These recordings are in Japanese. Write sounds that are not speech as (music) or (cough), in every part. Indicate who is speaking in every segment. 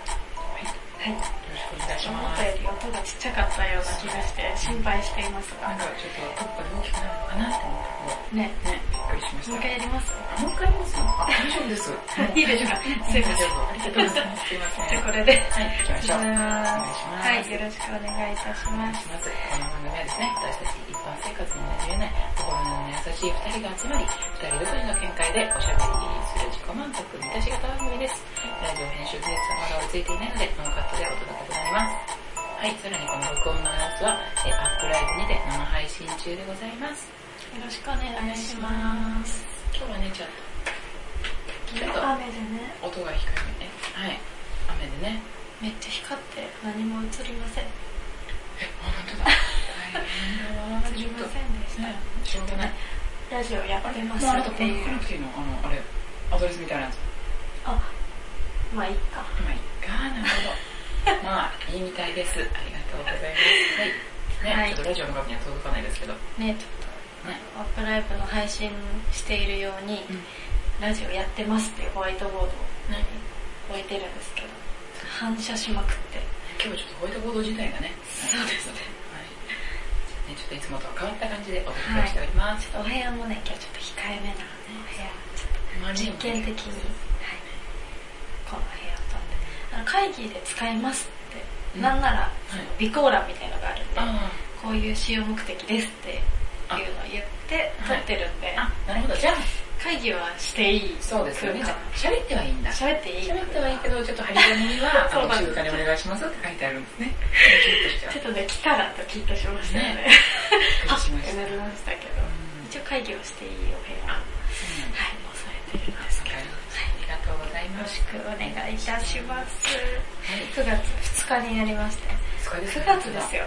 Speaker 1: はい。
Speaker 2: ろしくお願いし
Speaker 1: 思
Speaker 2: ま
Speaker 1: っ
Speaker 2: す。
Speaker 1: たより音がちっちゃかったような気がして心配しています
Speaker 2: な
Speaker 1: が
Speaker 2: ん。かちょっと、どっかで大きくなるのかなって思って
Speaker 1: ね、ね。
Speaker 2: びっくりしまし
Speaker 1: もう一。
Speaker 2: た
Speaker 1: 回やります。
Speaker 2: もう一回言いますあ、大丈夫です。
Speaker 1: いいですかすいません。
Speaker 2: ありがとうございます。すいません。
Speaker 1: じゃあこれで。
Speaker 2: はい、行きましょう。お願いします。
Speaker 1: はい、よろしくお願いいたし
Speaker 2: お願
Speaker 1: ま
Speaker 2: い
Speaker 1: す。
Speaker 2: します。この番組はですね、私たち一般生活に馴染めない、心の優しい二人が集まり、二人独自の見解でおしゃべりする自己満足満たし型番組です。ラジオ編集技術はまだ追いついていないので、ノーカットでお届けとなります。はい、さらにこの録音の様子は、えアップライブにて生配信中でございます。
Speaker 1: よろしくお願いします。
Speaker 2: 今日はね、ちょっ
Speaker 1: 雨でね、
Speaker 2: と音が低いね。はい、雨でね。
Speaker 1: めっちゃ光って何も映りません。
Speaker 2: え、本当だ。大変だわ。
Speaker 1: 映りませんでし
Speaker 2: ね
Speaker 1: た。、
Speaker 2: しょうがない。
Speaker 1: ラジオやってます
Speaker 2: もうあなた
Speaker 1: っ
Speaker 2: こ
Speaker 1: て
Speaker 2: の
Speaker 1: い
Speaker 2: カ
Speaker 1: う
Speaker 2: ラ。キーのあの、あれ、アドレスみたいなやつ。
Speaker 1: まあ、いっか。
Speaker 2: まあ、いっか、なるほど。まあ、いいみたいです。ありがとうございます。はい。ね、
Speaker 1: はい
Speaker 2: ちょっとラジオの額には届かないですけど。
Speaker 1: ね、ちょっと、アップライブの配信しているように、
Speaker 2: うん
Speaker 1: ラジオやってますっていうホワイトボードを置いてるんですけど、反射しまくって。
Speaker 2: 今日ちょっとホワイトボード自体がね。
Speaker 1: そうですね。
Speaker 2: はい。ね、ちょっといつもとは変わった感じでお届けしております。
Speaker 1: お部屋もね、今日ちょっと控えめなね、部屋。
Speaker 2: 周り
Speaker 1: 実
Speaker 2: にも
Speaker 1: 験的に、はい、この部屋を取ってあの会議で使いますって、
Speaker 2: うん
Speaker 1: なんなら
Speaker 2: はい。
Speaker 1: 備考欄みたいのがあるんで
Speaker 2: あ
Speaker 1: こういう使用目的ですっていうのを言って
Speaker 2: あ
Speaker 1: 撮ってるんで、
Speaker 2: あ、あ、なるほど。じゃあ、
Speaker 1: 会議はしていい
Speaker 2: そうですよね。じ
Speaker 1: 空
Speaker 2: ゃあ、喋ってはいいんだ。
Speaker 1: 間喋っていい
Speaker 2: 喋ってはいいけど、ちょっと張り紙には、
Speaker 1: そう
Speaker 2: あの、
Speaker 1: なんです
Speaker 2: 静かにお願いしますって書いてあるんですね。ちょっ
Speaker 1: ち
Speaker 2: として
Speaker 1: ょっとね来たらとキッとしましたよね
Speaker 2: ね
Speaker 1: (laughs) あ
Speaker 2: は、びっくりし
Speaker 1: っ
Speaker 2: ま
Speaker 1: な
Speaker 2: してた。うん
Speaker 1: りましたけど一応会議をしていいお部屋はい
Speaker 2: そうな
Speaker 1: もうされてる
Speaker 2: んだ
Speaker 1: ん
Speaker 2: あ
Speaker 1: ですけど
Speaker 2: ありがとうござい
Speaker 1: よ
Speaker 2: ま
Speaker 1: ろ
Speaker 2: す。
Speaker 1: しくお願いいたします
Speaker 2: はい。
Speaker 1: 9月2日になりまして
Speaker 2: 疲れ
Speaker 1: 9月ですよ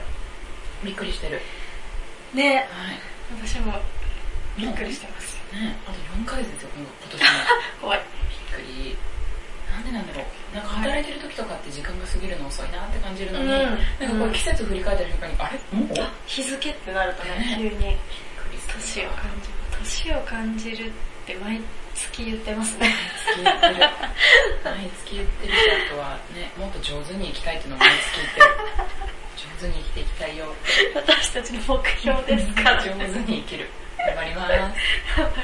Speaker 2: びっくりしてる。
Speaker 1: ね
Speaker 2: はい。
Speaker 1: 私もび
Speaker 2: び
Speaker 1: っ
Speaker 2: っ
Speaker 1: く
Speaker 2: く
Speaker 1: り
Speaker 2: り
Speaker 1: し
Speaker 2: して
Speaker 1: ます。
Speaker 2: た。ねあと4ヶ月ですよ、今今年も。
Speaker 1: 怖い。
Speaker 2: びっくり。なんでなんだろう。なんか働いてる時とかって時間が過ぎるの遅いなって感じるのに、なんかこう季節振り返った瞬間に、あれもうびっく
Speaker 1: 日付ってなるとね
Speaker 2: ね、
Speaker 1: 急に
Speaker 2: りす
Speaker 1: 年
Speaker 2: る。
Speaker 1: を感じる。年を感じるって毎月言ってます
Speaker 2: (laughs)
Speaker 1: ね。
Speaker 2: 毎月言ってる。毎月言ってるし、あとはね、もっと上手に生きたいっていうのも毎月言ってる。上手に生きていきたいよ。
Speaker 1: 私たちの目標です
Speaker 2: (laughs)
Speaker 1: から。
Speaker 2: 上手に生きる。頑張ります。はい、
Speaker 1: 頑張り
Speaker 2: 行きま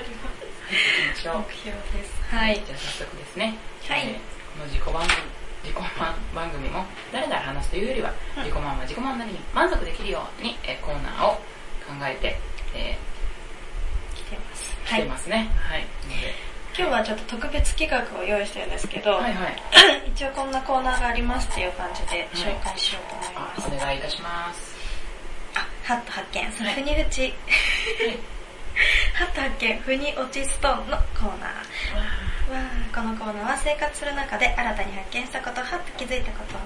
Speaker 2: しょう
Speaker 1: ま。す。目標です。はい。
Speaker 2: じゃあ早速ですね。
Speaker 1: はい
Speaker 2: えーこの自己番組、自己満番組も誰々話すというよりは、
Speaker 1: うん
Speaker 2: 自己満は自己満なりに満足できるように、えーコーナーを考えて、え
Speaker 1: 来てます。は
Speaker 2: ー、来
Speaker 1: い。
Speaker 2: て
Speaker 1: 今
Speaker 2: ますね。はい。
Speaker 1: 日はちょっと特別企画を用意してるんですけど、
Speaker 2: のではいはい。
Speaker 1: (laughs) 一応こんなコーナーがありますっていう感じで紹介しようと思い
Speaker 2: あ
Speaker 1: ます。
Speaker 2: お願いいたします。
Speaker 1: あ、ハット発見、その
Speaker 2: はい
Speaker 1: ふに打ち。 (laughs) ハット発見、ふに落ちストーンのコーナー。わあこのコーナーは生活する中で新たに発見したことはっと気づいたことを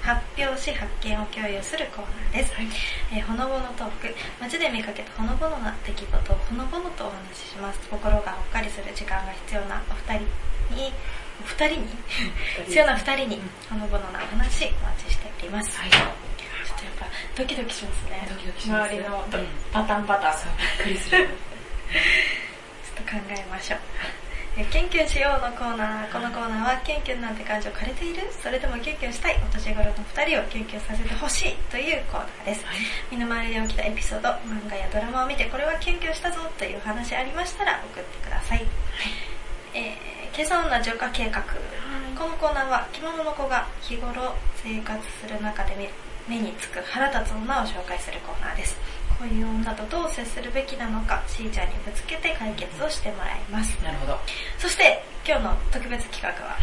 Speaker 1: 発見発表し発見を共有するコーナーです、
Speaker 2: はい。
Speaker 1: えーほのぼのトーク街で見かけたほのぼのな出来事をほのぼのとお話しします心がほっかりする時間が必要なお二人にお二人に必要な二人にほのぼのなお話お待ちしております
Speaker 2: はい。
Speaker 1: ちょっとやっぱドキドキしますね
Speaker 2: ドキドキします
Speaker 1: 周りのど
Speaker 2: うん
Speaker 1: パタンパタン
Speaker 2: そう、びっくりす
Speaker 1: ち
Speaker 2: る。
Speaker 1: ょっと考えましょう。えキュンキュンしようのコーナー。このコーナーは、キュンキュンなんて感情枯れているそれともキュンキュンしたいお年頃の二人をキュンキュンさせてほしいというコーナーです。
Speaker 2: はい。
Speaker 1: 身の回りで起きたエピソード、漫画やドラマを見てこれはキュンキュンしたぞというお話ありましたら送ってください。えー、今朝女浄化計画。このコーナーは着物の子が日頃生活する中で見目につく腹立つ女を紹介するコーナーですこういう女とどう接するべきなのかしーちゃんにぶつけて解決をしてもらいます
Speaker 2: なるほど。
Speaker 1: そして今日の特別企画は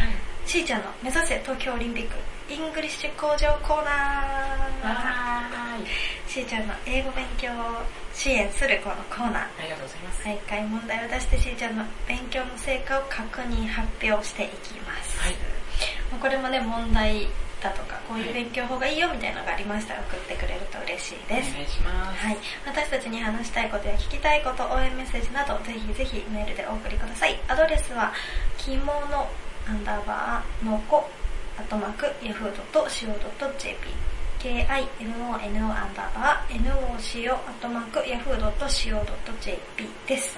Speaker 1: しーちゃんの目指せ東京オリンピックイングリッシュ向上コーナー
Speaker 2: はーい。
Speaker 1: しーちゃんの英語勉強を支援するこのコーナー
Speaker 2: ありがとうございます。
Speaker 1: 毎回問題を出してしーちゃんの勉強の成果を確認発表していきます、
Speaker 2: はい
Speaker 1: まあこれもね問題だとかこうい
Speaker 2: は
Speaker 1: う
Speaker 2: い
Speaker 1: 勉強法がいいよみたいなのがありましたら送ってくれると嬉しい
Speaker 2: お願
Speaker 1: で
Speaker 2: い
Speaker 1: す、
Speaker 2: します。
Speaker 1: はい、私たちに話したいことや聞きたいこと応援メッセージなどぜひぜひメールでお送りくださいアドレスはきものアンダーバーのこアットマーク yahoo.co.jp kimono アンダーバー noco アットマーク yahoo.co.jp です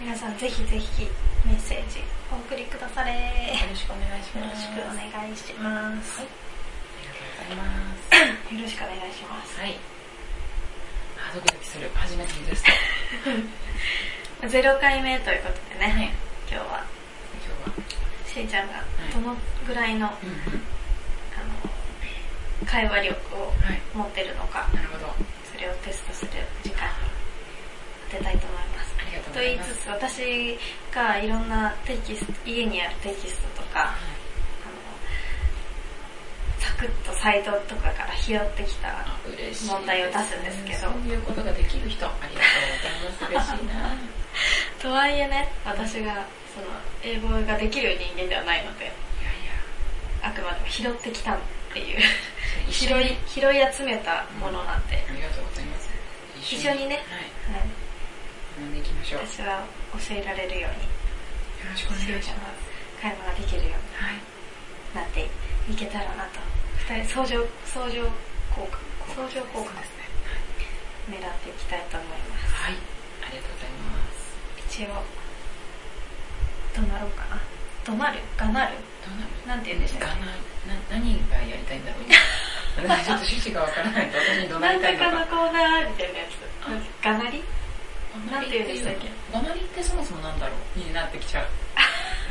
Speaker 1: 皆さんぜひぜひメッセージお送りくだされ
Speaker 2: よろしくお願いし
Speaker 1: よ
Speaker 2: ま
Speaker 1: ろし
Speaker 2: す。
Speaker 1: くお願いします。
Speaker 2: ざいます。
Speaker 1: よろしくお願いします
Speaker 2: はい。あ、ドキドキする。初めて見る人。
Speaker 1: 0回目ということでね、
Speaker 2: はい
Speaker 1: 今日は
Speaker 2: 今日は。
Speaker 1: しーちゃんが
Speaker 2: い
Speaker 1: どのぐらいの,、
Speaker 2: うんうん。
Speaker 1: あの会話力を
Speaker 2: はい。
Speaker 1: 持ってるのか
Speaker 2: なるほど。
Speaker 1: それをテストする時間に当てたいと思います
Speaker 2: ありがとう
Speaker 1: と
Speaker 2: ござ
Speaker 1: 言
Speaker 2: い
Speaker 1: い
Speaker 2: ます。
Speaker 1: つつ私がいろんなテキスト家にあるテキストとか
Speaker 2: はい
Speaker 1: あのサクッとサイトとかから拾ってきた
Speaker 2: あ嬉しい。
Speaker 1: 問題を出すんですけど
Speaker 2: そういうことができる人、ありがとうございます。嬉しいな。
Speaker 1: とはいえね私がその英語ができる人間ではないので
Speaker 2: いやいや
Speaker 1: あくまでも拾ってきたっていう
Speaker 2: それ一
Speaker 1: 拾
Speaker 2: 緒に。
Speaker 1: い拾い集めたものなんで、
Speaker 2: ありがとうございます。
Speaker 1: 一緒にね
Speaker 2: はい。
Speaker 1: はい、
Speaker 2: 学んでいきましょう。よ
Speaker 1: 私は教えられるように
Speaker 2: ろしくお願いしま
Speaker 1: 会話ができるよう
Speaker 2: す。はい。
Speaker 1: になっていけたらなと二人相乗相乗効果相乗効果ですね狙っていきたいと思います
Speaker 2: はい。ありがとうございま
Speaker 1: 一
Speaker 2: す。
Speaker 1: 応どなろうかなどなるがなる
Speaker 2: どうな
Speaker 1: な
Speaker 2: る
Speaker 1: んて言うんでしたっ
Speaker 2: がな、な、何がやりたいんだ
Speaker 1: (laughs)
Speaker 2: ろう今なんかちょっと趣旨がわからないと私
Speaker 1: け
Speaker 2: にどうな
Speaker 1: な
Speaker 2: り
Speaker 1: ん
Speaker 2: た
Speaker 1: だ
Speaker 2: いの
Speaker 1: かの
Speaker 2: か。
Speaker 1: コーナーみたいなやつがなりなんて言うんでしたっけ
Speaker 2: がなりってそもそもなんだろうになってきちゃう。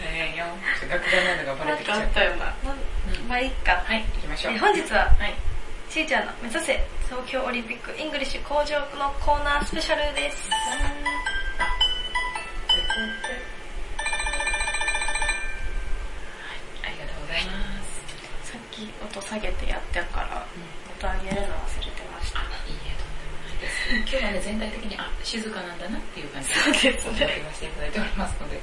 Speaker 2: えー、よん。ちょっと学がないのがバ
Speaker 1: な
Speaker 2: レ
Speaker 1: ん
Speaker 2: てきち
Speaker 1: か
Speaker 2: ゃ
Speaker 1: あ
Speaker 2: う
Speaker 1: っ。たようななんまあいいか
Speaker 2: はい、行きましょう。
Speaker 1: え本日は
Speaker 2: はい。
Speaker 1: ちーちゃんの目指せ東京オリンピックイングリッシュ工場のコーナースペシャルです
Speaker 2: ありがとうございます。
Speaker 1: さっき音下げてやってから
Speaker 2: うん
Speaker 1: 音上げるの忘れてました
Speaker 2: あ、いいえ、とんでもないです。今日はね、全体的に、あ、静かなんだなっていう感じで
Speaker 1: そうです
Speaker 2: お
Speaker 1: ね
Speaker 2: 届けさせていただいておりますので。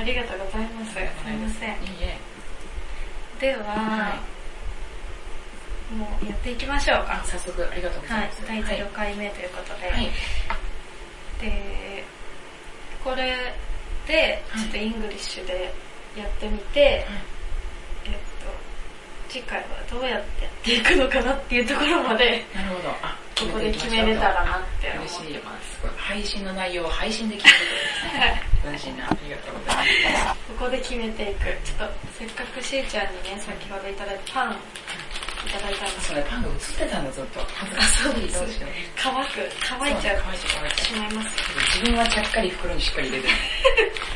Speaker 1: ありがとうございますすいません
Speaker 2: いいえ。
Speaker 1: では、
Speaker 2: は
Speaker 1: もうやっていきましょう
Speaker 2: あ
Speaker 1: か、
Speaker 2: 早速ありがとうござ
Speaker 1: はいい
Speaker 2: ます。
Speaker 1: 第
Speaker 2: はい
Speaker 1: 0回目ということで、
Speaker 2: はい。
Speaker 1: でこれで
Speaker 2: はい
Speaker 1: ちょっとイングリッシュでやってみて、
Speaker 2: はい
Speaker 1: えっと次回はどうやってやっていくのかなっていうところまで
Speaker 2: なるほど。あ、
Speaker 1: ここ
Speaker 2: て
Speaker 1: で
Speaker 2: いき
Speaker 1: 決
Speaker 2: ましょ
Speaker 1: め
Speaker 2: う
Speaker 1: れたらなって思
Speaker 2: 嬉
Speaker 1: っ
Speaker 2: しい
Speaker 1: てま
Speaker 2: です。配信の内容を配信で決めるというですね。嬉しいな。ありがとうございます。
Speaker 1: すここで決めていくちょっとせっかくしーちゃんにね先ほどいただいたパンいただいたんです
Speaker 2: それパンが映ってたんだ、ずっと。恥ず
Speaker 1: あ
Speaker 2: か
Speaker 1: そうです
Speaker 2: どうしよう。
Speaker 1: 乾く乾いちゃう
Speaker 2: 乾いちゃう、乾いちゃう
Speaker 1: しまいます
Speaker 2: 自分はちゃっかり袋にしっかり入れてる。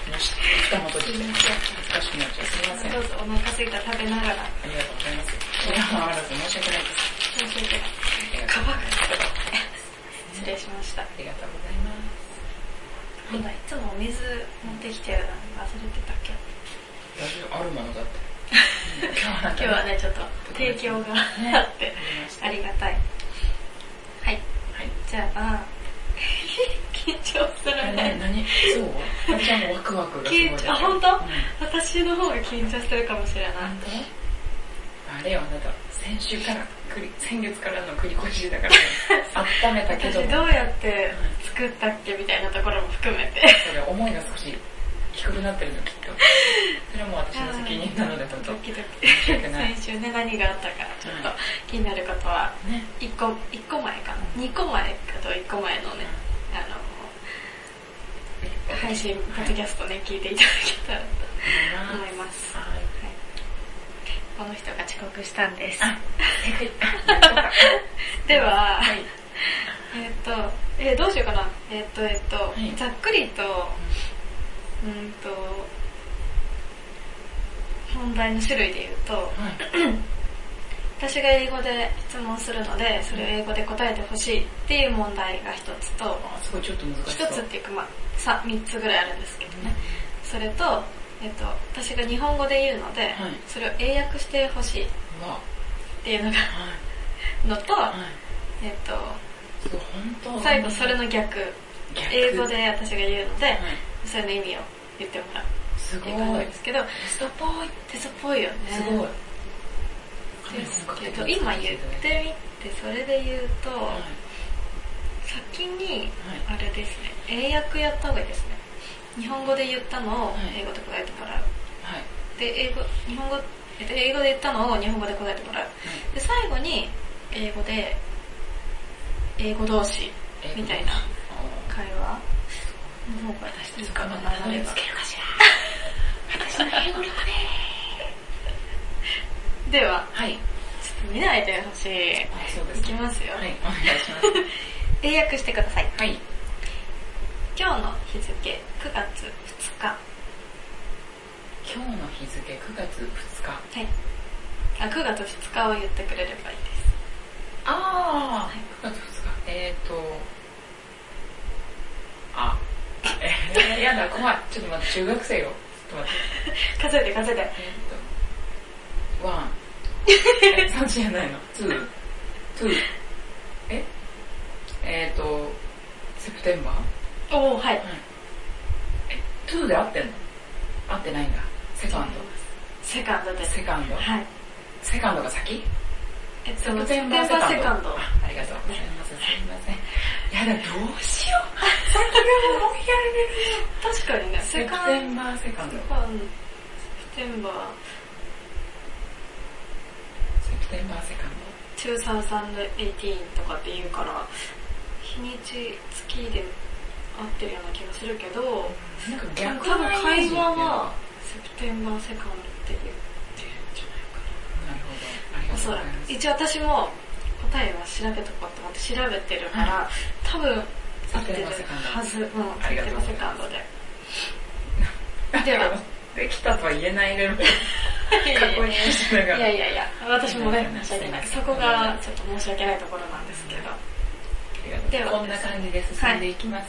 Speaker 2: もし、蓋も閉じて。恥ずかしくなっちゃう。すみません。
Speaker 1: どうぞお腹すいたら食べながら
Speaker 2: ありがとうございます。いや、まあ、らず申し訳ないです。
Speaker 1: 申し訳ない乾く失
Speaker 2: (laughs)
Speaker 1: 礼しました
Speaker 2: ありがとうございま
Speaker 1: 今いつもお水持ってきてるのに忘れてたっけ
Speaker 2: す。大丈夫、あるものだって。今日は
Speaker 1: 今
Speaker 2: なんか
Speaker 1: 日はねちょっと提供があって
Speaker 2: ありました
Speaker 1: ありがたいはい
Speaker 2: はい。
Speaker 1: じゃあ (laughs) 緊張する
Speaker 2: あれね、
Speaker 1: ね
Speaker 2: 何そう私はもうワクワクがすごい
Speaker 1: 緊
Speaker 2: です。
Speaker 1: 張あ本
Speaker 2: う
Speaker 1: 当
Speaker 2: ん
Speaker 1: 私の方が緊張してるかもしれない
Speaker 2: なんであれよ、あなた、先週から、くり先月からの繰り越しだから、温めたけ
Speaker 1: 私
Speaker 2: ども、
Speaker 1: どうやって作ったっけみたいなところも含めて
Speaker 2: それ思いが少し低くなってるの、きっと。それはもう私の責任なので、本当
Speaker 1: ドキドキ
Speaker 2: 申し訳ない。
Speaker 1: 先週ね何があったかちょっと気になることは
Speaker 2: ね。
Speaker 1: 1個一個前かな2個前かと1個前のねあの配信ポッドキャストね聞いていただけたらと思います
Speaker 2: は
Speaker 1: この人が遅刻したんです
Speaker 2: あい。は
Speaker 1: では、
Speaker 2: い。
Speaker 1: えっ、と、えーどうしようかな。えっ、と、えっ、と、
Speaker 2: い
Speaker 1: ざっくりと、うーんと、問題の種類で言うと、
Speaker 2: はい。
Speaker 1: 私が英語で質問するので、それを英語で答えてほしいっていう問題が一つと、
Speaker 2: あ、すごいちょっと難し
Speaker 1: 一
Speaker 2: そう。
Speaker 1: つっていうか、まあ、さ三つぐらいあるんですけどね。それと、えっ、と、私が日本語で言うので、
Speaker 2: はい
Speaker 1: それを英訳してほしいっ
Speaker 2: うわ、は
Speaker 1: ていうのが、
Speaker 2: い。
Speaker 1: のと、
Speaker 2: はい。
Speaker 1: えっ、
Speaker 2: すごい、本
Speaker 1: と、
Speaker 2: 当
Speaker 1: 最後それの逆、
Speaker 2: 逆
Speaker 1: 英語。で私が言うので、
Speaker 2: はい。
Speaker 1: それの意味を言ってもらう
Speaker 2: す
Speaker 1: っ
Speaker 2: ご
Speaker 1: て
Speaker 2: い
Speaker 1: いう。感じなんですけど、
Speaker 2: ストっぽい。
Speaker 1: 手そっぽいよね。
Speaker 2: すごい。
Speaker 1: ですけど、今言ってみて、それで言うと、
Speaker 2: はい。
Speaker 1: 先に、
Speaker 2: はい。
Speaker 1: あれですね、英訳やった方がいいですね。日本語で言ったのを
Speaker 2: はい
Speaker 1: 英語で答えてもらう。
Speaker 2: はい。
Speaker 1: で、英語、日本語、えっと英語で言ったのを日本語で答えてもらう。で、最後に、英語で、英語同士、みたいな会話の方がいいかな、流れが。
Speaker 2: るかしら。私の英語力で。
Speaker 1: (laughs) では、
Speaker 2: はい。
Speaker 1: 見ないでほしい。
Speaker 2: あそうで
Speaker 1: い
Speaker 2: す
Speaker 1: き
Speaker 2: ね
Speaker 1: ますよ。
Speaker 2: はい、お願いします。
Speaker 1: (laughs) 英訳してください。
Speaker 2: はい。
Speaker 1: 今日の日付、9月2日。
Speaker 2: 今日の日付9月2日。
Speaker 1: あ、9月2日を言ってくれればいいです。
Speaker 2: あー、9月2日。えーと、あ、えー、やだ、怖い。ちょっと待って、中学生よ。ちょっと待って。
Speaker 1: 数えて数えて。
Speaker 2: えーと、ワン。え、そっちじゃないの。ツー。ツー。ええーと、セプテンバー
Speaker 1: おー、はい。
Speaker 2: トゥーで合ってんの合ってないんだ。セカン
Speaker 1: セカンド
Speaker 2: ド。
Speaker 1: です。
Speaker 2: セカンド。
Speaker 1: はい。
Speaker 2: セカンドが先
Speaker 1: えっと、
Speaker 2: セ
Speaker 1: セ
Speaker 2: プ
Speaker 1: プ
Speaker 2: テ
Speaker 1: テ
Speaker 2: ン
Speaker 1: ン
Speaker 2: バ
Speaker 1: バー
Speaker 2: ーセカンド
Speaker 1: セカンド。
Speaker 2: ありがとうございます。すいません。やだ、どうしよう。先がもうや
Speaker 1: 確かにね、
Speaker 2: セ
Speaker 1: セ
Speaker 2: プ
Speaker 1: カ
Speaker 2: テ
Speaker 1: ン
Speaker 2: ンバーセカンド
Speaker 1: ド。。セプテンバー、
Speaker 2: セプテンバーセカンド。
Speaker 1: 2018とかって言うから、日にち、月で合ってるような気がするけど、
Speaker 2: なんか
Speaker 1: なん
Speaker 2: 逆
Speaker 1: か多分
Speaker 2: なイメ
Speaker 1: 会
Speaker 2: ージっていう
Speaker 1: 話
Speaker 2: の
Speaker 1: は、セプテンバーセカンドって言ってるんじゃないかな。
Speaker 2: なるほど。ありが
Speaker 1: お
Speaker 2: と
Speaker 1: そう
Speaker 2: ご
Speaker 1: ら
Speaker 2: ざい
Speaker 1: く。一応私も答えは調べとこうと思って調べてるから、多分合
Speaker 2: ま
Speaker 1: っ
Speaker 2: す。セプ
Speaker 1: て
Speaker 2: テ
Speaker 1: る
Speaker 2: ンバーセカンド。
Speaker 1: はず。うん、
Speaker 2: ありがとうございます
Speaker 1: セカンドで。では、
Speaker 2: できたとは言えないレベル。確認しないがら。
Speaker 1: やいやいや、私もね、申し訳ない。そこがちょっと申し訳ないところなんですけど、では
Speaker 2: こんな感じで進んでいきます。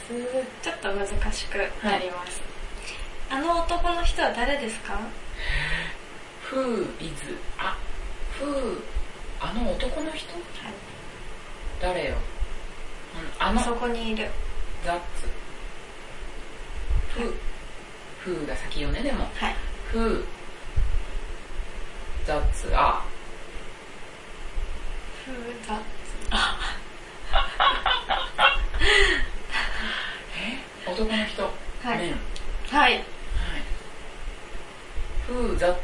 Speaker 1: ちょっと難しくなります。あの男の人は誰ですか
Speaker 2: Who is, あ、Who、あの男の人誰よ。うん、あの、
Speaker 1: そこにいる。
Speaker 2: that's, Who、Who が先よね、でも。
Speaker 1: はい。
Speaker 2: Who、that's, あ、
Speaker 1: ふうだ。
Speaker 2: え男の人。
Speaker 1: はい
Speaker 2: Men は
Speaker 1: は
Speaker 2: い。
Speaker 1: い。
Speaker 2: Who, that's,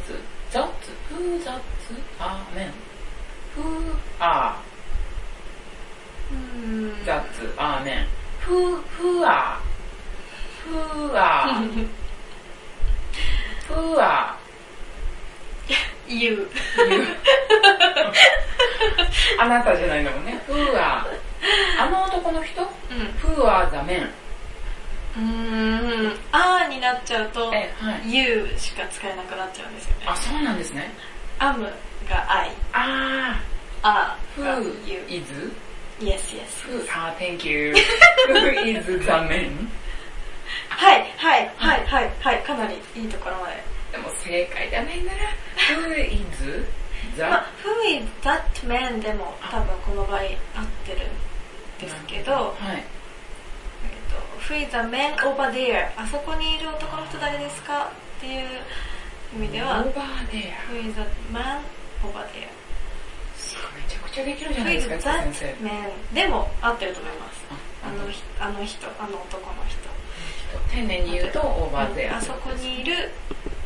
Speaker 2: that's, who, that's, あ、men。Who, あ、
Speaker 1: うーん。
Speaker 2: that's, あ、men。Who, who are, who
Speaker 1: (laughs)
Speaker 2: are, who are,
Speaker 1: You.
Speaker 2: あなたじゃないんだもんね。Who are? あの男の人
Speaker 1: うん。
Speaker 2: ?Who are the men?
Speaker 1: うーん、あーになっちゃうと、
Speaker 2: え、はい。
Speaker 1: you しか使えなくなっちゃうんですよね。
Speaker 2: あ、そうなんですね。
Speaker 1: am が I、
Speaker 2: あ
Speaker 1: are
Speaker 2: ー。
Speaker 1: が
Speaker 2: Who
Speaker 1: you。
Speaker 2: is?
Speaker 1: Yes, yes.
Speaker 2: Who, あー、thank you. Who is the men?
Speaker 1: はい、はい、はい、はい、はい、かなりいいところまで。
Speaker 2: でも正解じゃないな。Who is the?
Speaker 1: まあ、who is that man でも多分この場合合ってるんですけど、
Speaker 2: はい。
Speaker 1: えっと who is the man over there? あそこにいる男の人誰ですかっていう意味では
Speaker 2: Over、there.
Speaker 1: who is the man over there?
Speaker 2: すごいめちゃくちゃできるじゃな
Speaker 1: who
Speaker 2: いで
Speaker 1: is
Speaker 2: すか、
Speaker 1: that
Speaker 2: 先生。
Speaker 1: man? でも合ってると思います。
Speaker 2: あ
Speaker 1: あ
Speaker 2: の
Speaker 1: の
Speaker 2: 人。
Speaker 1: ひあの人、あの男の人。
Speaker 2: 丁寧に言うと、over
Speaker 1: うん
Speaker 2: there。
Speaker 1: あそこにいる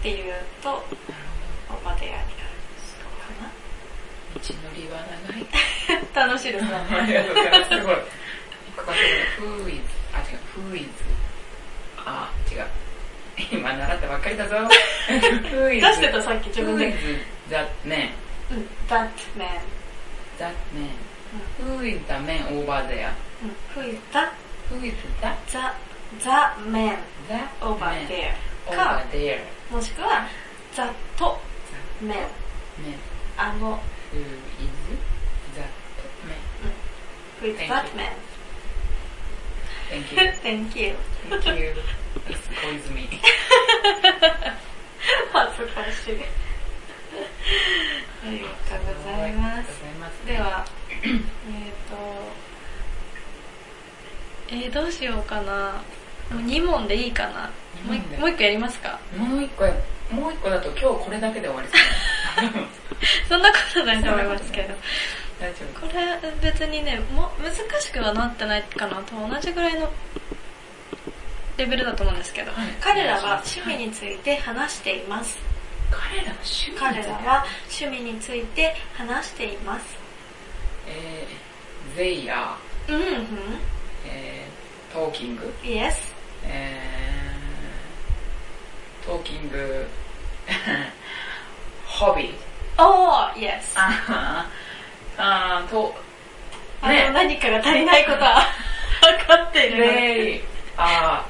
Speaker 1: っていうと、オーバーデアになるか
Speaker 2: 道のりは長
Speaker 1: な。
Speaker 2: い。
Speaker 1: 楽しいですね。
Speaker 2: ありがとうございます。すごい。ここがすごい Who is? あ、違う。Who is? あ、違う。今習ったばっかり
Speaker 1: (laughs)
Speaker 2: だぞ。Who
Speaker 1: 出
Speaker 2: is?
Speaker 1: してたさっき自分
Speaker 2: Who
Speaker 1: で。
Speaker 2: is that man?
Speaker 1: うん、that man.
Speaker 2: That man. Who is the man over there?
Speaker 1: うん、who is that?
Speaker 2: Who is that?
Speaker 1: the, the man
Speaker 2: The
Speaker 1: over
Speaker 2: man
Speaker 1: there.
Speaker 2: over there.
Speaker 1: もしくは、that man.
Speaker 2: Man.
Speaker 1: あの、
Speaker 2: Who is that man?
Speaker 1: who is
Speaker 2: Thank
Speaker 1: that
Speaker 2: you.
Speaker 1: man?
Speaker 2: Thank
Speaker 1: (laughs)
Speaker 2: you.
Speaker 1: Thank you.
Speaker 2: Thank you. It's Koizumi.
Speaker 1: 恥ずかしい。 (laughs) ありがとうございます。で
Speaker 2: ありがとうございます。
Speaker 1: (laughs) は、えっと、えー、どうしようかな。もう2問でいいかな。もう
Speaker 2: 二問で
Speaker 1: もう1個やりますか
Speaker 2: もう一個や、もう一個だと今日これだけで終わりそうな。
Speaker 1: そんなことないと思いますけど。
Speaker 2: 大丈夫
Speaker 1: これ別にね、も難しくはなってないかなと同じぐらいのレベルだと思うんですけど、
Speaker 2: はい
Speaker 1: 彼らは趣味について話しています。
Speaker 2: 彼らは趣味
Speaker 1: 彼らは趣味について話しています。
Speaker 2: えー、they are,
Speaker 1: うん、うん、
Speaker 2: えー、talking,
Speaker 1: yes,
Speaker 2: えー、talking, hobby,
Speaker 1: or yes.
Speaker 2: あははあー、と、
Speaker 1: あの
Speaker 2: ね、
Speaker 1: 何かが足りないことは (laughs) 分かってる、
Speaker 2: ね、あ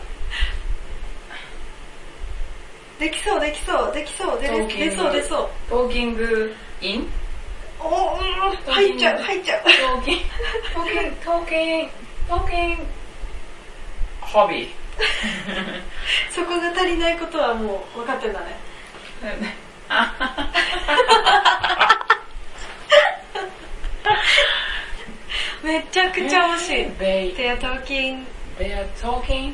Speaker 1: できそうできそうできそうで
Speaker 2: トーキング
Speaker 1: 出そう出そう
Speaker 2: ー、トーキングイン
Speaker 1: おおうん入っちゃう入っちゃう
Speaker 2: トーキン、トーキン、トーキン、トーキン、ホビー。
Speaker 1: そこが足りないことはもう分かってんだねめちゃくちゃ惜しい
Speaker 2: They,
Speaker 1: They are talking
Speaker 2: they are talking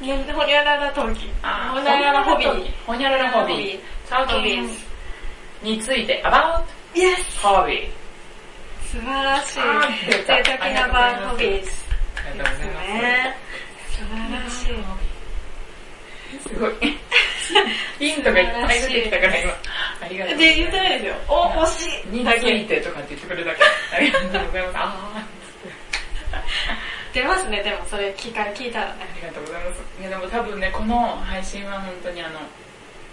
Speaker 1: ねほにゃららトーキン
Speaker 2: あー
Speaker 1: ほにゃららホビー
Speaker 2: ほにゃららホビー。talking について about
Speaker 1: Yes
Speaker 2: ホビー。
Speaker 1: 素晴らしい
Speaker 2: あー出た
Speaker 1: 贅沢なバーホビーズ
Speaker 2: あり
Speaker 1: で
Speaker 2: がとうご
Speaker 1: す
Speaker 2: ざいます。
Speaker 1: ね素晴らしい
Speaker 2: すごい。インとかいっぱい出てきたから今。ありがとうござ
Speaker 1: で、
Speaker 2: い
Speaker 1: 言っ
Speaker 2: ま
Speaker 1: て
Speaker 2: す。
Speaker 1: ないですよ。お、惜しい
Speaker 2: に
Speaker 1: だ
Speaker 2: つ
Speaker 1: け
Speaker 2: い。てとかって言ってくれたから。ありがとうございます。あ
Speaker 1: 出ますね、でもそれ聞か聞いたら
Speaker 2: ー
Speaker 1: ね。
Speaker 2: ありがとうございます。いやでも多分ね、この配信は本当にあの、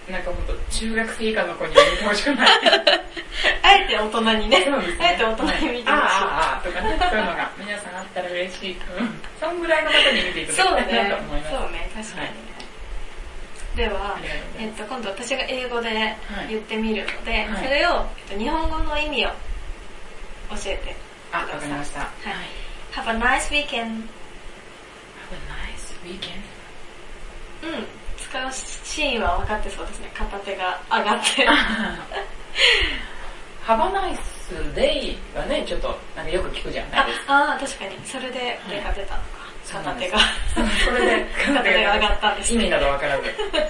Speaker 2: なんか本当中学生以下の子には見てほし
Speaker 1: (laughs)
Speaker 2: くない。
Speaker 1: あえて大人にね。
Speaker 2: そうですね
Speaker 1: あえて大人に見て
Speaker 2: あ
Speaker 1: ほし
Speaker 2: あああとかね、そういうのが皆さんあったら嬉しい。うん。そんぐらいの方に見てい
Speaker 1: い。
Speaker 2: ただ
Speaker 1: そう
Speaker 2: きたい
Speaker 1: ね
Speaker 2: なと思い。ます。
Speaker 1: そうね、確かにね。では
Speaker 2: あり、がとうござ
Speaker 1: え
Speaker 2: い
Speaker 1: っ
Speaker 2: ま
Speaker 1: と、今度私が英語で
Speaker 2: はい
Speaker 1: 言ってみるので、
Speaker 2: はい
Speaker 1: それを、えっと、日本語の意味を教えて。
Speaker 2: す。あ、わかりました。Have
Speaker 1: はい。Have a nice weekend.
Speaker 2: a nice weekend.
Speaker 1: うん。使うシーンは分かってそうですね。片手が上がって。
Speaker 2: (laughs) ハバナイスデイはね、ちょっと、なんかよく聞くじゃ
Speaker 1: あ
Speaker 2: ないですか。、
Speaker 1: あー確かに。それで手が出たのか。
Speaker 2: そうな
Speaker 1: 片
Speaker 2: んで
Speaker 1: 手
Speaker 2: す
Speaker 1: が。
Speaker 2: それで、
Speaker 1: 片手が上がったんです
Speaker 2: 意
Speaker 1: ね。
Speaker 2: 味などわからず。ハバ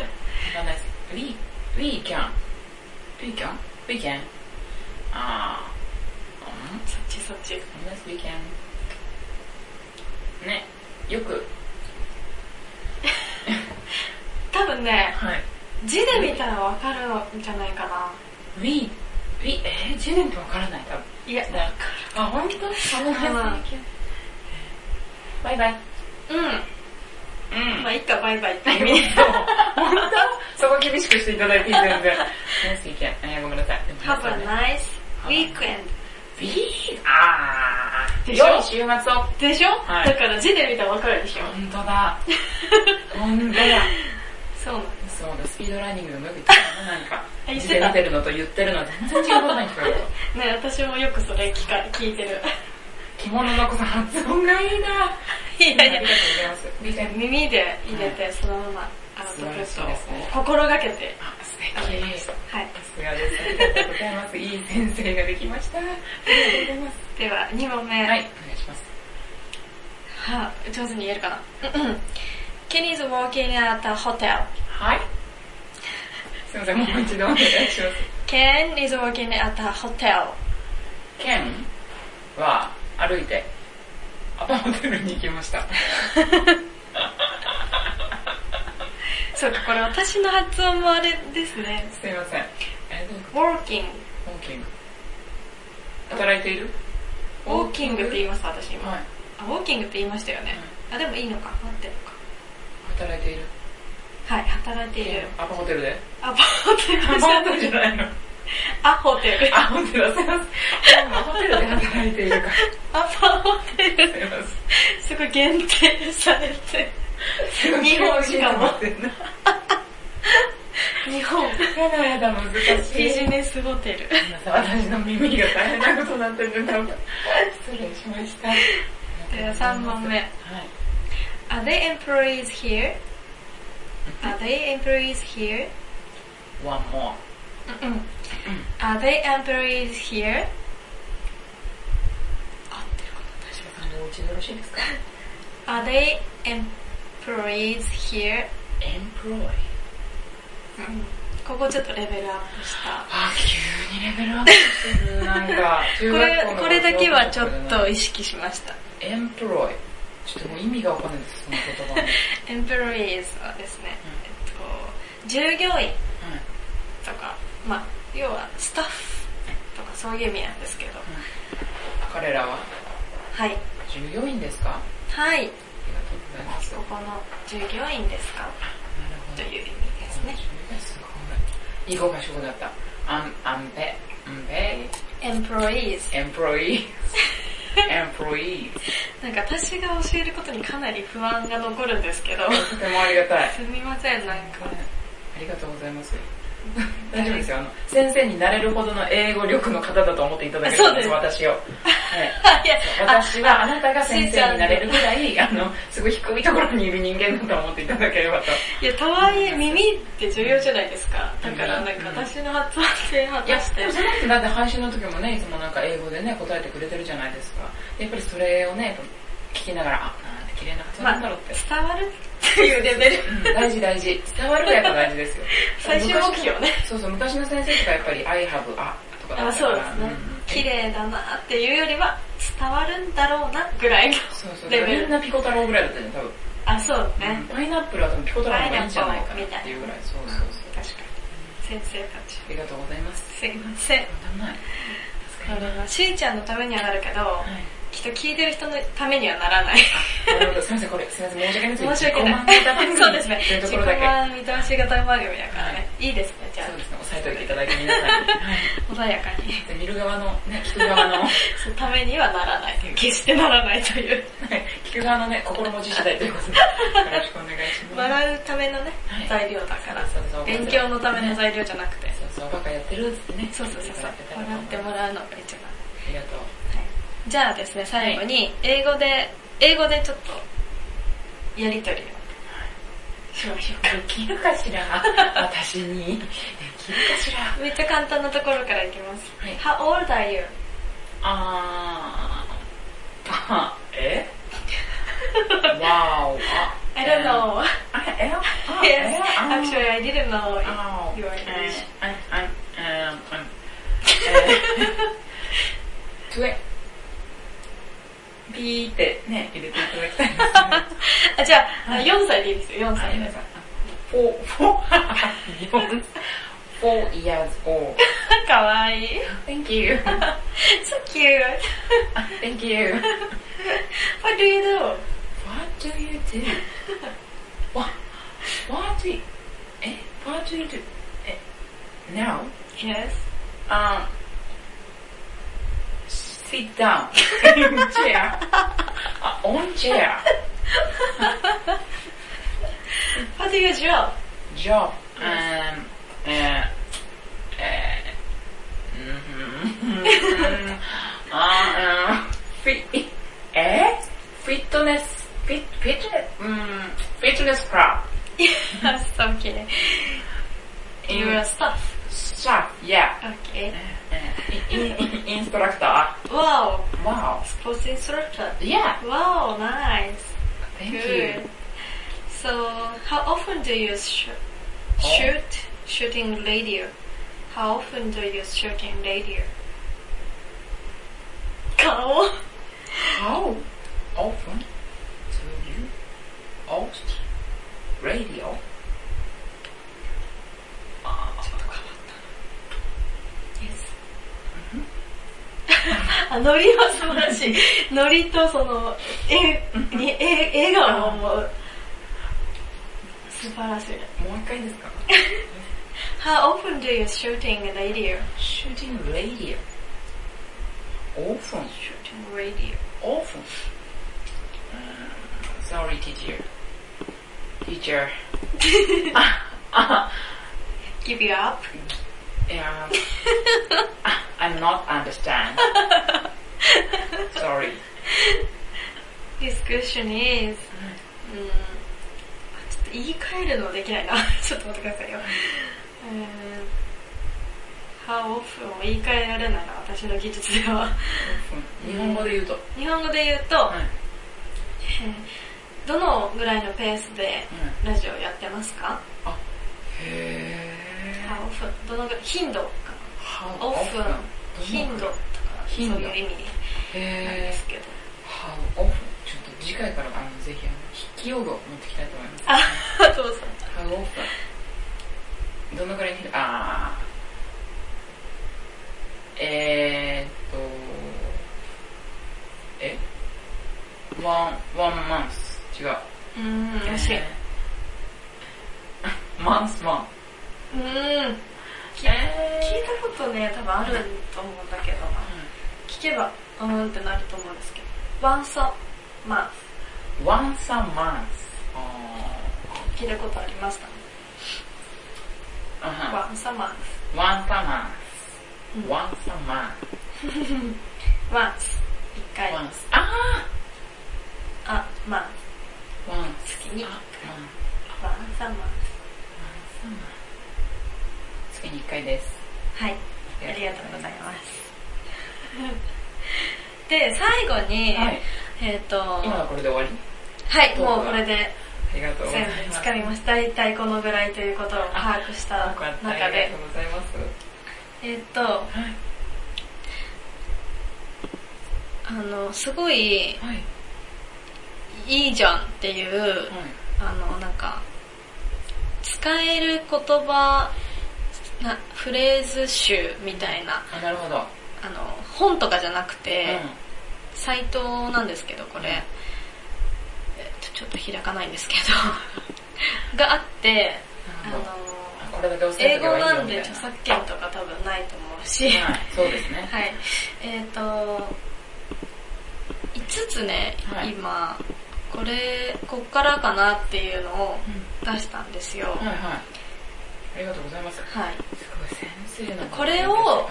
Speaker 2: ナイス、we, we can, we can, we can. あー、うん
Speaker 1: そっちそっち。
Speaker 2: Unless we can. ね、よく。
Speaker 1: 多分ね、
Speaker 2: はい。
Speaker 1: 字で見たらわかるんじゃないかな。
Speaker 2: we, we, えー、10年ってわからない、多分。
Speaker 1: いや、
Speaker 2: ねあ、本当
Speaker 1: うん
Speaker 2: バイバイ。
Speaker 1: う
Speaker 2: うん
Speaker 1: ん。まあ、いっか、バイバイって意味。
Speaker 2: 本当 (laughs) そこ厳しくしていただいていい全然。ナイス意見。えーごめんなさい。
Speaker 1: Have a nice weekend.
Speaker 2: ビーあー、
Speaker 1: でしょ
Speaker 2: 良い週末を。本
Speaker 1: でしょ、
Speaker 2: はい
Speaker 1: だから字で見たらわかるでしょ
Speaker 2: 当 (laughs) だ。本当だ。
Speaker 1: そうなの。
Speaker 2: そうだ、スピードランニングでもよく言ってたな、なんか。
Speaker 1: あ言ってた
Speaker 2: 字で見てるのと言ってるの全然違うことに聞 (laughs) こえる。
Speaker 1: ね、私もよくそれ聞か、聞いてる。
Speaker 2: 着物の子さん、発音がい
Speaker 1: い
Speaker 2: いな。ありがとうございます。ビーガン
Speaker 1: 耳で入れて、そのままアウトプ
Speaker 2: 素
Speaker 1: ッ
Speaker 2: 晴
Speaker 1: ト
Speaker 2: らしいですね
Speaker 1: を心がけて。
Speaker 2: あ、素
Speaker 1: はい
Speaker 2: 敵。さ。すがです。ありがとうございます。いい先生ができました。ありがとうございます。
Speaker 1: では、2問目。
Speaker 2: はい、お願いします。
Speaker 1: は上手に言えるかな。Kenny's walking at a hotel.
Speaker 2: はい。すいません、もう一度お願いします。
Speaker 1: Ken is walking at a hotel.
Speaker 2: ケンは歩いて、アパホテルに行きました。
Speaker 1: そうか、これ私の発音もあれですね。
Speaker 2: すいません。え、どういうこ
Speaker 1: walking,
Speaker 2: とウォーキング。働いている
Speaker 1: walking って言います、私今。
Speaker 2: はい。
Speaker 1: あ、walking って言いましたよね。あ、でもいいのか、合ってるのか。
Speaker 2: 働いている。
Speaker 1: はい、働いている。
Speaker 2: アパホテルで
Speaker 1: アパホテルじゃない。
Speaker 2: じゃないの。
Speaker 1: (laughs) アホテル。
Speaker 2: あ、ホテルだ、すいません。アパホテルで働いているか。
Speaker 1: アパホテル。
Speaker 2: すいません。
Speaker 1: すごい限定されて。日本しかも日本
Speaker 2: やだやだ、難しい。
Speaker 1: ビジネスホテル。
Speaker 2: 私の耳が大変なことになってるんだ。失礼しました。
Speaker 1: では3問目
Speaker 2: はい。
Speaker 1: Are they employees here? Are they employees here?
Speaker 2: One more.
Speaker 1: うんうん Are they employees here? 合ってるかな
Speaker 2: 田島さんのお家でよろしいですか
Speaker 1: Are they employees here?
Speaker 2: ?employ.
Speaker 1: ここちょっとレベルアップした。
Speaker 2: あ、急にレベルアップする。なん
Speaker 1: (laughs)
Speaker 2: か、
Speaker 1: こ
Speaker 2: 中学校
Speaker 1: れ、
Speaker 2: の
Speaker 1: これだけはちょっと意識しました。
Speaker 2: employ. ちょっともう意味がわかんないです、その言葉の。
Speaker 1: employees はですね、えっと、従業員とか、まあ、要はスタッフとかそういう意味なんですけど、
Speaker 2: 彼らは
Speaker 1: はい。
Speaker 2: 従業員ですかあ
Speaker 1: はい。
Speaker 2: りがとうございます。な
Speaker 1: こ
Speaker 2: る
Speaker 1: この従業員ですか
Speaker 2: ほ
Speaker 1: と
Speaker 2: ど。
Speaker 1: いう意味ですね。
Speaker 2: すごい。いい語がすごかった。アン、アンペ、うんべ
Speaker 1: employees
Speaker 2: い。エンプロ
Speaker 1: (laughs)
Speaker 2: イーズ。エンプロイーズ。
Speaker 1: なんか私が教えることにかなり不安が残るん (laughs) ですけど
Speaker 2: とてもありがたい。
Speaker 1: すみませんなんか
Speaker 2: ありがとうございます。大丈夫ですよ。あの、先生になれるほどの英語力の方だと思っていただける
Speaker 1: そ
Speaker 2: ん
Speaker 1: う
Speaker 2: で、
Speaker 1: ですす
Speaker 2: 私を。はい
Speaker 1: (laughs) あいや (laughs) あ
Speaker 2: 私はあなたが先生になれるぐらい、あの、すごい低いところにいる人間だと思っていただけ
Speaker 1: (laughs)
Speaker 2: ればと。
Speaker 1: いやとはいえ耳って重要じゃないですかだからなんか私の発音性果
Speaker 2: いや、
Speaker 1: たして
Speaker 2: でもそれだってだって配信の時もね、いつもなんか英語でね、答えてくれてるじゃないですか。やっぱりそれをね、やっぱ聞きながら、あ、なんて綺麗な発音なんだろうって。
Speaker 1: 伝わるっていうレベル
Speaker 2: うん大事大事。伝わるがやっぱ大事ですよ。
Speaker 1: (laughs) 最終目標ね。
Speaker 2: そうそう、昔の先生とかやっぱり I have a とかだ
Speaker 1: あ
Speaker 2: ったか
Speaker 1: そう
Speaker 2: ら
Speaker 1: ですね
Speaker 2: うん
Speaker 1: 綺麗だなっていうよりは伝わるんだろうなぐらいの
Speaker 2: そうそう。
Speaker 1: レベル
Speaker 2: みんなピコ太郎ぐらいだったじゃん、多分。
Speaker 1: あそうね
Speaker 2: うんパイナップルは多分ピコ太郎の方がいいんじゃないかなっていうぐらい。そうそうそう。
Speaker 1: 確かに先生たち
Speaker 2: ありがとうございます。
Speaker 1: すいません
Speaker 2: とんでもない。
Speaker 1: これはしーちゃんのためにはなるけど、
Speaker 2: はい
Speaker 1: きっと聞いてる人のためにはなら (laughs) ない
Speaker 2: なるほどすみません、これ、すみません、申し訳ないです
Speaker 1: 申し訳ない
Speaker 2: けど自己満 (laughs) のために
Speaker 1: そうですね
Speaker 2: という
Speaker 1: 自
Speaker 2: とこ
Speaker 1: 己
Speaker 2: ろだけ。
Speaker 1: 満見通し型番組だからね、い、いですねじゃ
Speaker 2: そうですね、押さえておいていただいて皆さんに。はい
Speaker 1: あ穏やかに
Speaker 2: で見る側の、ね、聞く側の、はい
Speaker 1: そのためにはならないという決してならないという
Speaker 2: 聞く側のね、心持ち次第ということで、よろしくお願いし (laughs) ます。
Speaker 1: 笑うためのね、
Speaker 2: はい
Speaker 1: 材料だから
Speaker 2: そうそうそう
Speaker 1: 勉強のための材料じゃなくて、
Speaker 2: そうそう、バカやってるっつってね。
Speaker 1: そうそうそうそう
Speaker 2: やた
Speaker 1: 笑
Speaker 2: らと思
Speaker 1: っ
Speaker 2: いま
Speaker 1: て
Speaker 2: す
Speaker 1: もらうのが一番
Speaker 2: ありがとう。
Speaker 1: じゃあですね、最後に、英語で、英語でちょっと、やりとりをしましょうか。
Speaker 2: できるか (laughs) しら私に。できるかしら
Speaker 1: めっちゃ簡単なところからいきます。
Speaker 2: はい
Speaker 1: How old are you? Ah.
Speaker 2: あー。あ、
Speaker 1: (laughs)
Speaker 2: えわーお、あ。
Speaker 1: I don't (laughs) know.
Speaker 2: あ、えあ、え
Speaker 1: Yes,
Speaker 2: あ
Speaker 1: (laughs) actually I didn't know.
Speaker 2: Oh,
Speaker 1: You are English.
Speaker 2: I'm, I'm, um, I'm, eh. (laughs) twen- ピーってね、入れてい
Speaker 1: (laughs)
Speaker 2: ただきたいんです
Speaker 1: (laughs) あ、じゃあ、4歳でいいですよ、4歳
Speaker 2: けど。
Speaker 1: で。
Speaker 2: four,
Speaker 1: (laughs)
Speaker 2: four, four, four years old.
Speaker 1: かわ (laughs) いい。
Speaker 2: Thank you.
Speaker 1: So cute.
Speaker 2: (laughs) Thank you.
Speaker 1: What do you do?
Speaker 2: What do you do? (laughs) What, what do you, え what do you do? え now?
Speaker 1: Yes.
Speaker 2: Um, sit down (laughs) in chair. Uh, on chair.
Speaker 1: What do you (laughs) job?
Speaker 2: Job. Um, uh, uh, mhm. (laughs) uh, uh, fit, eh? Fitness, fit, fit, um, fitness club.
Speaker 1: Yes, okay. You are staff.
Speaker 2: Staff, yeah.
Speaker 1: Okay.
Speaker 2: Uh, in, in, instructor.
Speaker 1: Wow.
Speaker 2: Wow.
Speaker 1: Sports instructor.
Speaker 2: Yeah.
Speaker 1: Wow, nice.
Speaker 2: Thank
Speaker 1: Good.
Speaker 2: you.
Speaker 1: So, how often do you sh-
Speaker 2: Oh.
Speaker 1: shoot shooting radio? How often do you shooting radio? 顔
Speaker 2: How often do you host radio? あーちょっと変わ
Speaker 1: (laughs)
Speaker 2: Mm-hmm.
Speaker 1: あ、ノリは素晴らしい。ノリとその、え、
Speaker 2: Mm-hmm.
Speaker 1: に、え、笑顔もも
Speaker 2: Uh-huh.
Speaker 1: う、素晴らしい。
Speaker 2: ったもう一回ですか
Speaker 1: How often do you shooting radio?
Speaker 2: ?Shooting radio. Often.
Speaker 1: Shooting radio.
Speaker 2: Often. Mm, Sorry, teacher. Teacher. Uh,
Speaker 1: Give you up?
Speaker 2: Yeah. Ah, I'm not understand. Sorry.
Speaker 1: This question is, うん、ちょっと言い換えるのできない (laughs) な。ちょっと待ってくださいよ。うん、How often を言い換えられないな、私の技術で (laughs) は。
Speaker 2: Often. 日本語で言うと。
Speaker 1: 日本語で言うと、
Speaker 2: はい
Speaker 1: えーどのぐらいのペースでラジオやってますか、
Speaker 2: へー
Speaker 1: ?How often? どのぐらい頻度か
Speaker 2: ハ
Speaker 1: な ?often? 頻度とか、そう
Speaker 2: 頻度
Speaker 1: いう意味なん
Speaker 2: へ
Speaker 1: ですけど。
Speaker 2: ー。ハオフ。ちょっと次回からあのぜひあの筆記用具を持ってきたいと思います。
Speaker 1: あ、 (laughs) どうぞ。
Speaker 2: ハオフ。どのくらいにあー。えーっと、えワン、ワンマンス。違う。
Speaker 1: うーん、惜
Speaker 2: (laughs)
Speaker 1: しい。う
Speaker 2: えーマンスマン。
Speaker 1: ーん。
Speaker 2: え
Speaker 1: いたことね、多分あると思うんだけど、聞けば、うーんってなると思うんですけど、ワンサマンス、
Speaker 2: once a month. あ
Speaker 1: 聞いたことありましたね。
Speaker 2: ーうん
Speaker 1: ワンサマン
Speaker 2: once a month.
Speaker 1: うん
Speaker 2: once a month.
Speaker 1: ス、ワンス、一回、
Speaker 2: once. あ
Speaker 1: あ、マン
Speaker 2: ー
Speaker 1: ス、
Speaker 2: once.
Speaker 1: 月に、ワン
Speaker 2: あうん
Speaker 1: サマン
Speaker 2: 月に1回です。
Speaker 1: ス。はい。ありがとうござい
Speaker 2: (laughs)
Speaker 1: ます。で、最後に、
Speaker 2: はい。
Speaker 1: えっ、と、
Speaker 2: 今
Speaker 1: は
Speaker 2: はこれで終わり
Speaker 1: い、もうこれで
Speaker 2: ありがとうござい
Speaker 1: 全
Speaker 2: ま
Speaker 1: 部
Speaker 2: す。
Speaker 1: つかみました。大体このぐらいということを把握した
Speaker 2: よかった。あ
Speaker 1: 中
Speaker 2: り
Speaker 1: で
Speaker 2: が、とうございます。
Speaker 1: えっ、と、
Speaker 2: はい。
Speaker 1: あの、すごい
Speaker 2: はい。
Speaker 1: いいじゃんっていう、あの、なんか、使える言葉、なフレーズ集みたいな、
Speaker 2: あ、なるほど。うん。
Speaker 1: あの、本とかじゃなくて、サイトなんですけど、これ、えっと、ちょっと開かないんですけど、 (laughs) があって、あ
Speaker 2: なるほど。
Speaker 1: の、
Speaker 2: これだけ押さえ
Speaker 1: 英
Speaker 2: とけば
Speaker 1: 語
Speaker 2: いいよ
Speaker 1: なんで
Speaker 2: みたい
Speaker 1: 著作権とか多分ないと思うし、
Speaker 2: はい。そうですね。
Speaker 1: はい。えっ、と、5つね、
Speaker 2: はい
Speaker 1: 今、これ、こっからかなっていうのを出したんですよ。
Speaker 2: はいはい。ありがとうございます。す
Speaker 1: はい。
Speaker 2: ごい先生の。
Speaker 1: これを
Speaker 2: は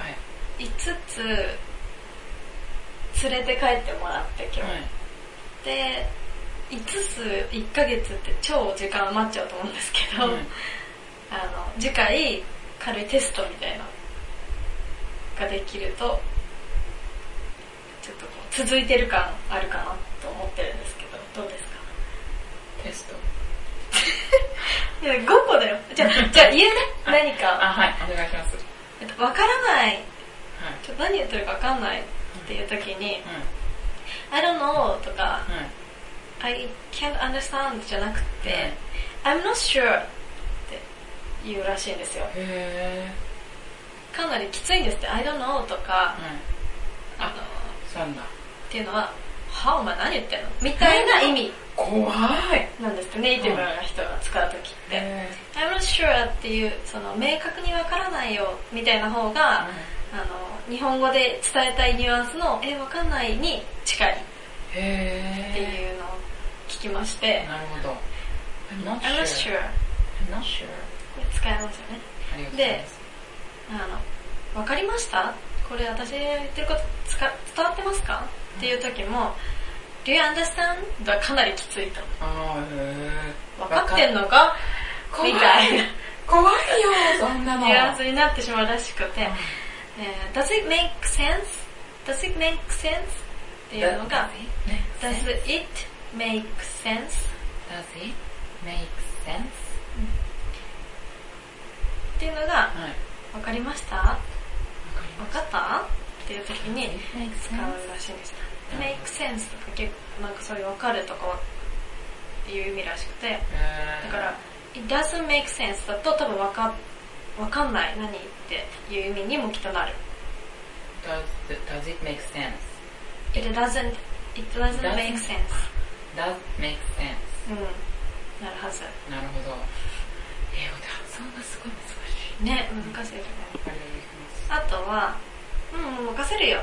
Speaker 2: い。
Speaker 1: 5つ、連れて帰ってもらって今日。
Speaker 2: はい
Speaker 1: で、5つ1ヶ月って超時間余っちゃうと思うんですけど、
Speaker 2: うん
Speaker 1: あの、次回、軽いテストみたいな、ができると、ちょっとこう、続いてる感あるかなと思ってるんですけど、どうですか
Speaker 2: テスト。
Speaker 1: いや、5個だよ。じゃあ、 (laughs) じゃあ言うね。何
Speaker 2: あ、
Speaker 1: か。
Speaker 2: はい。お願いします。
Speaker 1: えっとわからない、
Speaker 2: はい。
Speaker 1: ちょっと何言ってるかわかんないっていう時に、
Speaker 2: う
Speaker 1: I don't know とか、
Speaker 2: ん。はい。
Speaker 1: I can't understand じゃなくて
Speaker 2: へ、
Speaker 1: I'm not sure って言うらしいんですよ。
Speaker 2: え。
Speaker 1: かなりきついんですって、I don't know とか、
Speaker 2: はい。
Speaker 1: あの、っ
Speaker 2: そうなんだ。
Speaker 1: ていうのは、はお前何言ってんのみたいな意味
Speaker 2: 怖い。
Speaker 1: なんですって、ネイティブな人が使う時って。
Speaker 2: え
Speaker 1: I'm not sure っていう、その、明確にわからないよ、みたいな方が、あの、日本語で伝えたいニュアンスの、え、わかんないに近い
Speaker 2: へ
Speaker 1: っていうのを聞きまして、
Speaker 2: なるほど。I'm not
Speaker 1: I'm not
Speaker 2: sure.
Speaker 1: sure。
Speaker 2: I'm not sure.
Speaker 1: これ使えますよね。
Speaker 2: ありがとうございます。
Speaker 1: あの、わかりましたこれ私言ってることつか伝わってますかっていう時も、Do you understand? がかなりきついと。
Speaker 2: あー、へー
Speaker 1: わかってんのか
Speaker 2: 怖い
Speaker 1: みたいな
Speaker 2: 怖いよ、そんなの。
Speaker 1: ニュアンスになってしまうらしくて、えー Does it make sense? Does it make sense? っていうのが、
Speaker 2: ね
Speaker 1: Does it make sense?
Speaker 2: Does it make sense?
Speaker 1: っていうのが、
Speaker 2: はい。わ
Speaker 1: わかりましたわ
Speaker 2: かりま
Speaker 1: かったっていう時に
Speaker 2: す。Make
Speaker 1: 使うらしいんです。make sense とか結構なんかそういうわかるとかはっていう意味らしくて、だから、it doesn't make sense だと多分わか、わかんない何っていう意味にもきっとなる。
Speaker 2: does, does it make sense?
Speaker 1: it doesn't, it doesn't make sense.
Speaker 2: Does make sense?
Speaker 1: うん。なるはず。
Speaker 2: なるほど。英語で発音がすごい難しい。
Speaker 1: ね、任せるね。
Speaker 2: ありがと
Speaker 1: あ
Speaker 2: うございます。
Speaker 1: とは、うん、任せるよ。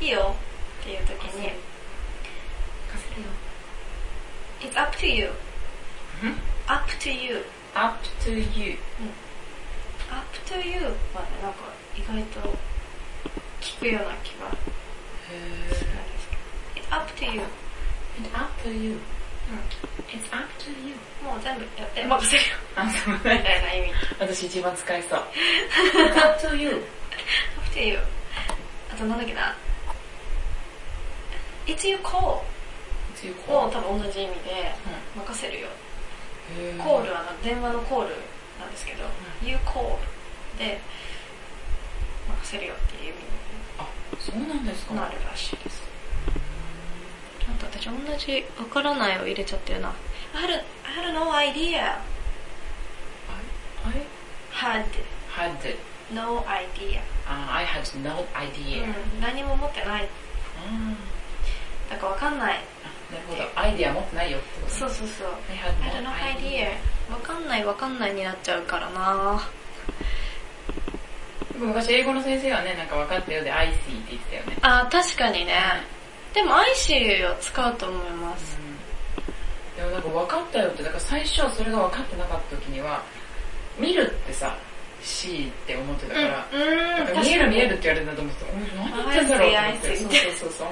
Speaker 1: いいよ。っていう時に、it's up to you,
Speaker 2: うん
Speaker 1: up to you,
Speaker 2: Up to you.
Speaker 1: up to you はね、なんか意外と聞くような気がするんですけど、it's up to you
Speaker 2: It's up to you. It's up to you.
Speaker 1: もう全部やって任せるよ
Speaker 2: あ、そう
Speaker 1: みたいな意味。
Speaker 2: 私一番使いそう。It's up to you.
Speaker 1: up to you あとなんだっけな、it's your call
Speaker 2: It's you
Speaker 1: も
Speaker 2: call.
Speaker 1: 多分同じ意味で
Speaker 2: う
Speaker 1: 任せるよ。
Speaker 2: ん
Speaker 1: コールはな電話のコールなんですけど、you call で任せるよっていう意味に
Speaker 2: あ、そうなんですか。
Speaker 1: なるらしいです。なんか私同じわからないを入れちゃってるな。I had, I had no idea.
Speaker 2: I
Speaker 1: Had
Speaker 2: had,
Speaker 1: no idea.
Speaker 2: uh, I had no
Speaker 1: う
Speaker 2: idea.
Speaker 1: ん、何も持ってない。
Speaker 2: うん
Speaker 1: だからわかんない。
Speaker 2: あなるほど。アイディア持ってないよってこと。
Speaker 1: そうそうそう。
Speaker 2: I had
Speaker 1: I had no
Speaker 2: no idea.
Speaker 1: idea. わかんないわかんないになっちゃうからな
Speaker 2: 昔英語の先生はね、なんか分かったようで、アイシーって言ってたよね。
Speaker 1: あ、確かにね。でも、アイシーを使うと思います。
Speaker 2: でもなんか分かったよって、だから最初はそれが分かってなかった時には、見るってさ、C って思ってたから、
Speaker 1: うん、
Speaker 2: な
Speaker 1: 確
Speaker 2: ん
Speaker 1: か
Speaker 2: か見
Speaker 1: に
Speaker 2: え。る見えるって言われたと思ってた。うん何言ってんだろうと思って。
Speaker 1: アイス
Speaker 2: そう
Speaker 1: アイ
Speaker 2: そうそうそう。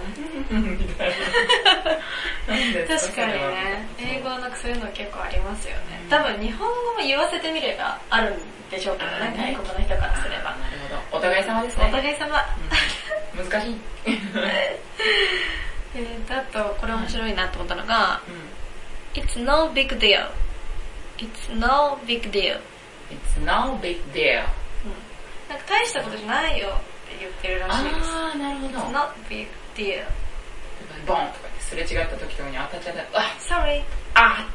Speaker 2: うんみたいな。なんで
Speaker 1: 確かにね。英語のそういうの結構ありますよね。多分、日本語も言わせてみればあるんでしょうけど
Speaker 2: あーね
Speaker 1: ね、外国の人から
Speaker 2: す
Speaker 1: す
Speaker 2: れ
Speaker 1: れ
Speaker 2: ば。
Speaker 1: ば。
Speaker 2: なるほど。お互い様です
Speaker 1: お
Speaker 2: ね。
Speaker 1: 互い様。
Speaker 2: うん難しい。うん。
Speaker 1: えー、だと、これ面白いなと思ったのが、It's no big deal. It's no big deal.
Speaker 2: It's no big deal.
Speaker 1: なんか大したことじゃないよって言ってるらしいです。
Speaker 2: ー、なるほど
Speaker 1: It's not big deal.
Speaker 2: ボンとかってすれ違った時とかに当たっちゃったら、うわ
Speaker 1: Sorry.
Speaker 2: あ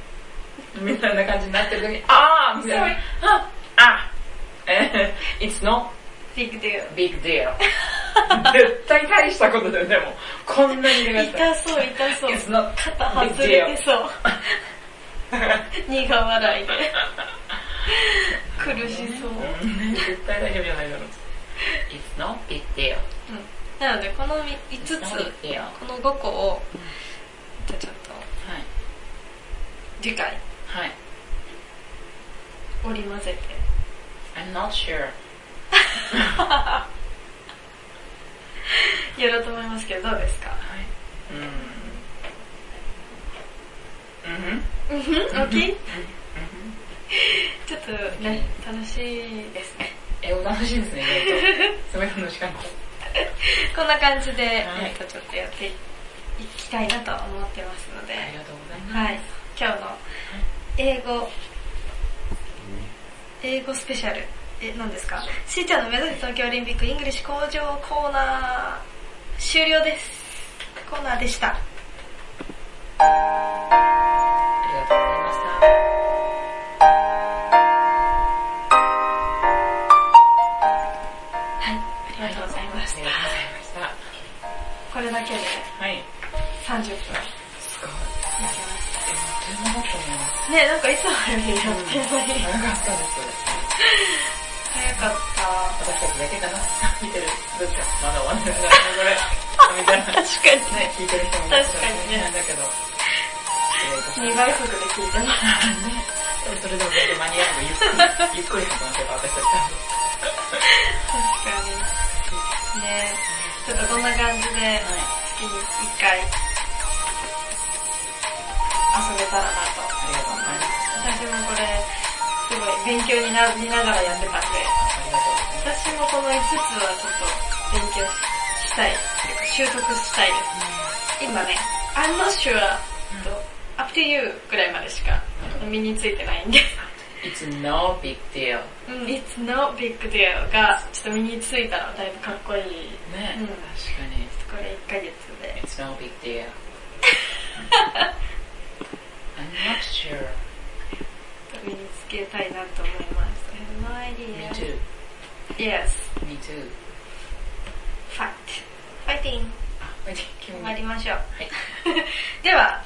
Speaker 2: みたいな感じになってる時に、あーみたいな。
Speaker 1: Sorry.
Speaker 2: ああ (laughs) えへ It's no
Speaker 1: Big deal.
Speaker 2: big deal. (laughs) 絶対大したことだよ、でも。こんなに苦手。
Speaker 1: 痛そう、痛そう。
Speaker 2: It's not
Speaker 1: 肩
Speaker 2: big
Speaker 1: 外れて
Speaker 2: deal.
Speaker 1: そう。 (laughs) 苦笑いで。苦しそう。
Speaker 2: うん絶対大丈夫じゃないだろう。It's not big deal.
Speaker 1: なので、この5
Speaker 2: It's
Speaker 1: つ、
Speaker 2: not big deal. は
Speaker 1: この5個を、じゃあちょっと、
Speaker 2: い。
Speaker 1: 次回、
Speaker 2: はい。
Speaker 1: 織り交ぜて。
Speaker 2: I'm not sure.
Speaker 1: やろうと思いますけど、どうですか
Speaker 2: うん。う
Speaker 1: う
Speaker 2: ん
Speaker 1: んふん、大きいちょっとね、楽しいですね。
Speaker 2: 英語楽しいですね、意外 (laughs) と。すごい楽しかった。
Speaker 1: こんな感じで、
Speaker 2: はい
Speaker 1: えっと、ちょっとやっていきたいなと思ってますので、
Speaker 2: ありがとうございます。
Speaker 1: はい、今日の英語、英語スペシャル、え、何ですかしーちゃんの目指せ東京オリンピックイングリッシュ工場コーナー、終了です。コーナーでした。
Speaker 2: ありがとうございました。
Speaker 1: はい、ありがとうございまし
Speaker 2: ありがとうございました。
Speaker 1: た。これだけで
Speaker 2: はい。
Speaker 1: 30分い
Speaker 2: すごい。
Speaker 1: けまし
Speaker 2: え、あ
Speaker 1: た。ねなん
Speaker 2: っという間だったね。
Speaker 1: かいつもよりあっという間に
Speaker 2: 長かったです。
Speaker 1: 早かった。
Speaker 2: 私たちだけかな見てる。どっちか。まだ終わんないから、これ。みたいな。
Speaker 1: (laughs) 確かに
Speaker 2: ね、聞いてる人もいるし大変だけど。失礼いたしま
Speaker 1: 2倍速で聞いてます。
Speaker 2: す。でもそれでも全然間に合うので、ゆっくり、ゆっくり運ばせば私たち
Speaker 1: 確かに。ねちょっとこんな感じで、月に1回、遊べたらなと。
Speaker 2: ありがとうございます。
Speaker 1: 私もこれ、すごい勉強になりながらやってたんで、
Speaker 2: ありがとうございます。
Speaker 1: 私もこの5つはちょっと勉強ししたい、習得したいです。今ね、I'm not sure と、up to you くらいまでしか身についてないんで。
Speaker 2: It's no big deal.
Speaker 1: It's no big deal がちょっと身についたらだいぶかっこいい。
Speaker 2: ね、
Speaker 1: うん
Speaker 2: 確かに。
Speaker 1: これ1ヶ月で。
Speaker 2: It's no big deal. I'm not sure.
Speaker 1: 身につけたいなと思います。No
Speaker 2: Me
Speaker 1: idea.
Speaker 2: too.
Speaker 1: Yes.
Speaker 2: Me too.
Speaker 1: Fight. Fighting.
Speaker 2: あ、待って、急
Speaker 1: 終
Speaker 2: に。
Speaker 1: わ
Speaker 2: はい。
Speaker 1: りましょう。 (laughs) では、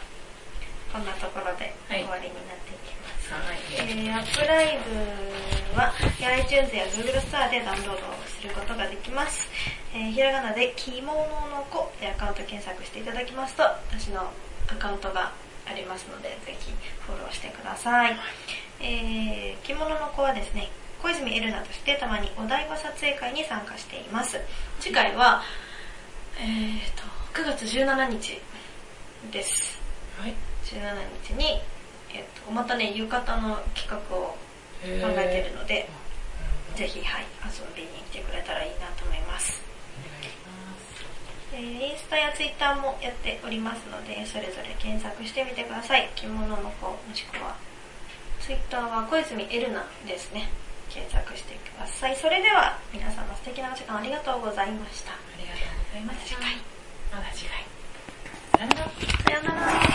Speaker 1: こんなところで
Speaker 2: はい
Speaker 1: 終わりになっていきます。
Speaker 2: はい。
Speaker 1: えー、アップライブは iTunes や Google ストアでダウンロードすることができます。えー、ひらがなで着物の子でアカウント検索していただきますと、私のアカウントがありますので、ぜひフォローしてください。えー、着物の子はですね、小泉エルナとしてたまにお台場撮影会に参加しています。次回は、えーと、9月17日です。
Speaker 2: はい。
Speaker 1: 17日に、えっと、またね、浴衣の企画を
Speaker 2: え
Speaker 1: 考えてるの
Speaker 2: で。
Speaker 1: で、
Speaker 2: なるほど
Speaker 1: ぜひ、はい、遊びに来てくれたらいいなと思います。
Speaker 2: お願いします
Speaker 1: えーインスタやツイッターもやっておりますので、それぞれ検索してみてください。着物の子、もしくは、ツイッターは小泉エルナですね。検索してください。それでは、皆様素敵なお時間ありがとうございました。
Speaker 2: ありがとうござい
Speaker 1: ま
Speaker 2: ま
Speaker 1: た
Speaker 2: す
Speaker 1: 次。回。
Speaker 2: また次回。さよなら。
Speaker 1: さようなら。